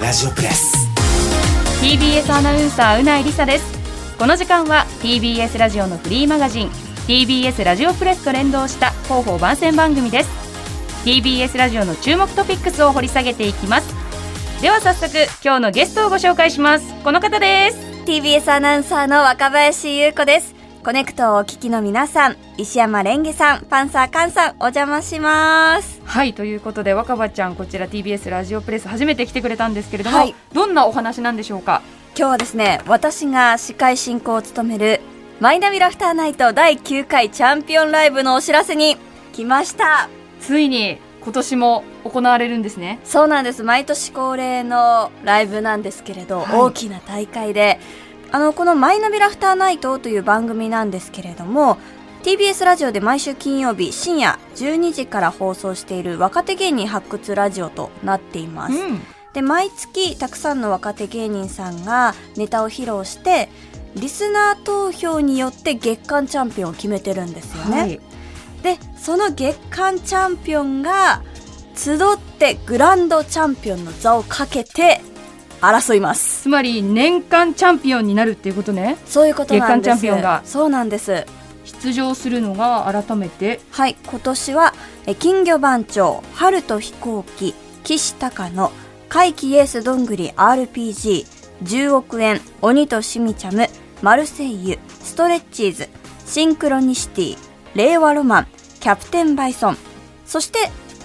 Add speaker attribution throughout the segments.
Speaker 1: ラジオプレス
Speaker 2: TBS アナウンサーうないりさですこの時間は TBS ラジオのフリーマガジン TBS ラジオプレスと連動した広報番宣番組です TBS ラジオの注目トピックスを掘り下げていきますでは早速今日のゲストをご紹介しますこの方です
Speaker 3: TBS アナウンサーの若林優子ですコネクトをお聞きの皆さん石山レンゲさんパンサーカンさんお邪魔します
Speaker 2: はいということで若葉ちゃんこちら TBS ラジオプレス初めて来てくれたんですけれども、
Speaker 3: はい
Speaker 2: どんなお話なんでしょうか
Speaker 3: 今日はですね私が司会進行を務めるマイナビラフターナイト第9回チャンピオンライブのお知らせに来ました
Speaker 2: ついに今年も行われるんですね
Speaker 3: そうなんです毎年恒例のライブなんですけれど、
Speaker 2: はい
Speaker 3: 大きな大会であのこの「マイナビラフターナイト」という番組なんですけれども TBS ラジオで毎週金曜日深夜12時から放送している若手芸人発掘ラジオとなっています、
Speaker 2: ん
Speaker 3: で毎月たくさんの若手芸人さんがネタを披露してリスナー投票によって月間チャンピオンを決めてるんですよね、
Speaker 2: はい
Speaker 3: でその月間チャンピオンが集ってグランドチャンピオンの座をかけて争います
Speaker 2: つまり年間チャンピオンになるっていうことね
Speaker 3: そういうことなんで
Speaker 2: 月
Speaker 3: す
Speaker 2: 間チャンピオンが
Speaker 3: そうなんです
Speaker 2: 出場するのが改めて
Speaker 3: はい今年はえ金魚番長春と飛行機岸高野怪奇エースどんぐり RPG10 億円鬼としみちゃむマルセイユストレッチーズシンクロニシティ令和ロマンキャプテンバイソンそして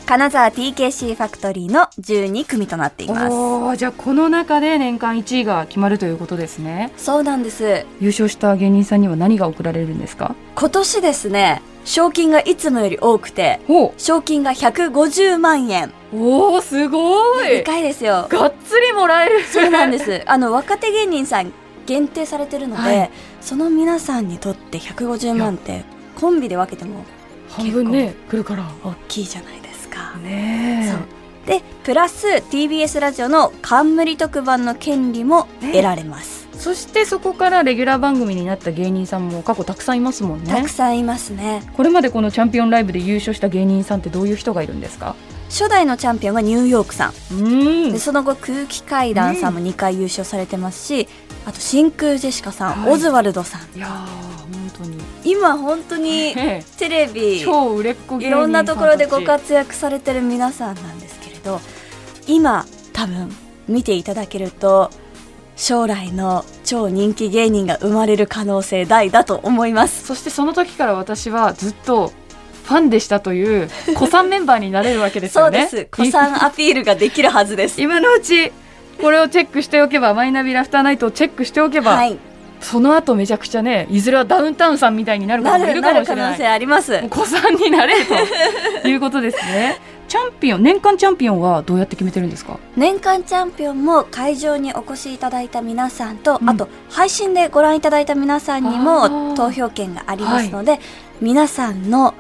Speaker 3: 金沢 TKC ファクトリーの12組となっています
Speaker 2: おーじゃあこの中で年間1位が決まるということですね
Speaker 3: そうなんです
Speaker 2: 優勝した芸人さんには何が贈られるんですか
Speaker 3: 今年ですね賞金がいつもより多くて
Speaker 2: お
Speaker 3: 賞金が150万円
Speaker 2: おーすご
Speaker 3: で
Speaker 2: い
Speaker 3: かいですよ
Speaker 2: がっつりもらえる
Speaker 3: そうな んです。あの若手芸人さん限定されてるので、
Speaker 2: はい
Speaker 3: その皆さんにとって150万ってコンビで分けても
Speaker 2: 半分ね来るから
Speaker 3: 大きいじゃないですか。
Speaker 2: ね
Speaker 3: そうでプラス TBS ラジオの冠特番の権利も得られます。
Speaker 2: そしてそこからレギュラー番組になった芸人さんも過去たくさんいますもん
Speaker 3: た
Speaker 2: ね
Speaker 3: くさんいますね。
Speaker 2: これまでこのチャンピオンライブで優勝した芸人さんってどういう人がいるんですか
Speaker 3: 初代のチャンピオンがニューヨークさん、
Speaker 2: うー
Speaker 3: でその後空気階段さんも2回優勝されてますし、あと真空ジェシカさん、
Speaker 2: はい
Speaker 3: オズワルドさん
Speaker 2: いやー本当に
Speaker 3: 今本当に
Speaker 2: え
Speaker 3: テレ
Speaker 2: え
Speaker 3: ビ
Speaker 2: 超売れっ子芸人さんたち
Speaker 3: いろんなところでご活躍されてる皆さんなんですけれど今多分見ていただけると将来の超人気芸人が生まれる可能性大だと思います
Speaker 2: そしてその時から私はずっとファンでしたという子さんメンバーになれるわけです
Speaker 3: そ
Speaker 2: よ
Speaker 3: うで
Speaker 2: ね。
Speaker 3: す子さんアピールができるはずで す
Speaker 2: 今のうちこれをチェックしておけばマイナビラフターナイトをチェックしておけば、
Speaker 3: はい
Speaker 2: その後めちゃくちゃねいずれはダウンタウンさんみたいになる子
Speaker 3: な
Speaker 2: もい
Speaker 3: る
Speaker 2: る
Speaker 3: な
Speaker 2: かも
Speaker 3: る
Speaker 2: しれ
Speaker 3: 可
Speaker 2: な
Speaker 3: 能
Speaker 2: い
Speaker 3: 性あります
Speaker 2: もう子さんになれるということですねチャンピオン年間チャンピオンはどうやって決めてるんですか
Speaker 3: 年間チャンピオンも会場にお越しいただいた皆さんと、
Speaker 2: うん
Speaker 3: あと配信でご覧いただいた皆さんに
Speaker 2: あ
Speaker 3: も
Speaker 2: ー
Speaker 3: 投票権がありますので、皆さんの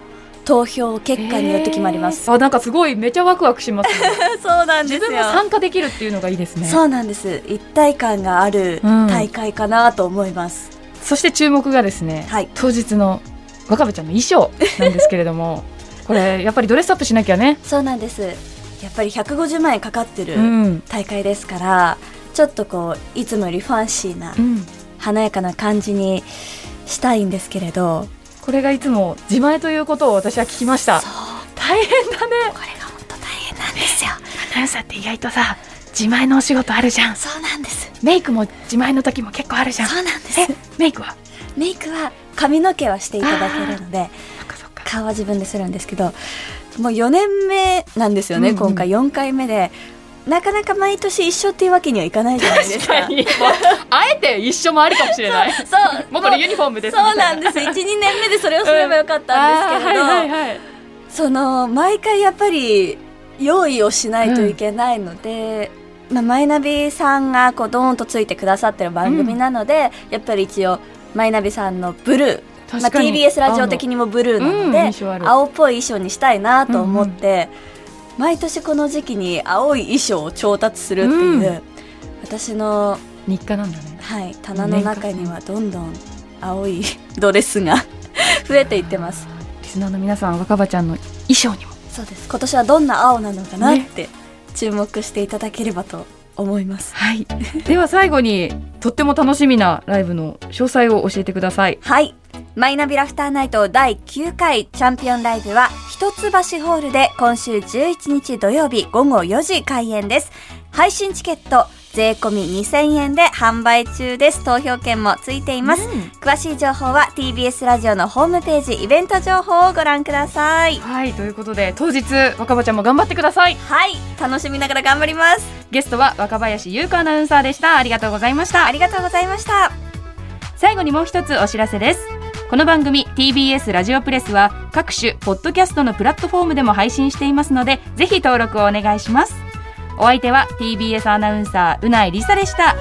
Speaker 3: 投票結果によって決まります、
Speaker 2: えーあなんかすごいめちゃワクワクします ね、
Speaker 3: そうなん
Speaker 2: 自分も参加できるっていうのがいいですね
Speaker 3: そうなんです一体感がある
Speaker 2: うん
Speaker 3: 大会かなと思います、
Speaker 2: そして注目がですね、
Speaker 3: はい
Speaker 2: 当日の若葉ちゃんの衣装なんですけれど もこれやっぱりドレスアップしなきゃね、
Speaker 3: そうなんですやっぱり150万円かかってる
Speaker 2: うん
Speaker 3: 大会ですから、ちょっとこういつもよりファンシーな
Speaker 2: うん、
Speaker 3: 華やかな感じにしたいんですけれど
Speaker 2: これがいつも自前ということを私は聞きました
Speaker 3: そう
Speaker 2: 大変だね
Speaker 3: これが本当大変なんですよ
Speaker 2: アナウンサーって意外とさ自前のお仕事あるじゃん
Speaker 3: そうなんです
Speaker 2: メイクも自前の時も結構あるじ
Speaker 3: そうなんです
Speaker 2: メイクは
Speaker 3: メイクは髪の毛はしていただけるので
Speaker 2: そっかそっか
Speaker 3: 顔は自分でするんですけどもう4年目なんですよね、
Speaker 2: うんうん
Speaker 3: 今回4回目でなかなか毎年一緒っていうわけにはいかないじゃないです
Speaker 2: 確か
Speaker 3: か
Speaker 2: にあえて一緒もありかもしれない
Speaker 3: そう
Speaker 2: もうこれユニフォームですみ
Speaker 3: そ
Speaker 2: た
Speaker 3: うないんです12年目でそれをすればよかったんですけれど、
Speaker 2: あーはいはいはい
Speaker 3: その毎回やっぱり用意をしないといけないので、まあ、マイナビさんがこうドーンとついてくださってる番組なので、やっぱり一応マイナビさんのブルー、まあ、
Speaker 2: 確かに
Speaker 3: TBS ラジオ的にもブルーなので、
Speaker 2: うん印象ある
Speaker 3: 青っぽい衣装にしたいなと思って、毎年この時期に青い衣装を調達するっていう、
Speaker 2: うん
Speaker 3: 私の
Speaker 2: 日課なんだね
Speaker 3: はい、棚の中にはどんどん青いド レスが増えていってます。
Speaker 2: リスナーの皆さん若葉ちゃんの衣装にも
Speaker 3: そうです。今年はどんな青なのかなって注目していただければと思います
Speaker 2: はい。 では最後にとっても楽しみなライブの詳細を教えてください。
Speaker 3: はいマイナビラフターナイト第9回チャンピオンライブは一橋ホールで今週11日土曜日午後4時開演です配信チケット税込み2000円で販売中です投票券もついています、詳しい情報は TBS ラジオのホームページイベント情報をご覧ください
Speaker 2: はいということで当日若葉ちゃんも頑張ってください。
Speaker 3: はい楽しみながら頑張ります
Speaker 2: ゲストは若林優子アナウンサーでした。ありがとうございました
Speaker 3: あ。りがとうございました
Speaker 2: 最後にもう一つお知らせですこの番組 TBS ラジオプレスは各種ポッドキャストのプラットフォームでも配信していますのでぜひ登録をお願いしますお相手は TBS アナウンサーうないりさでした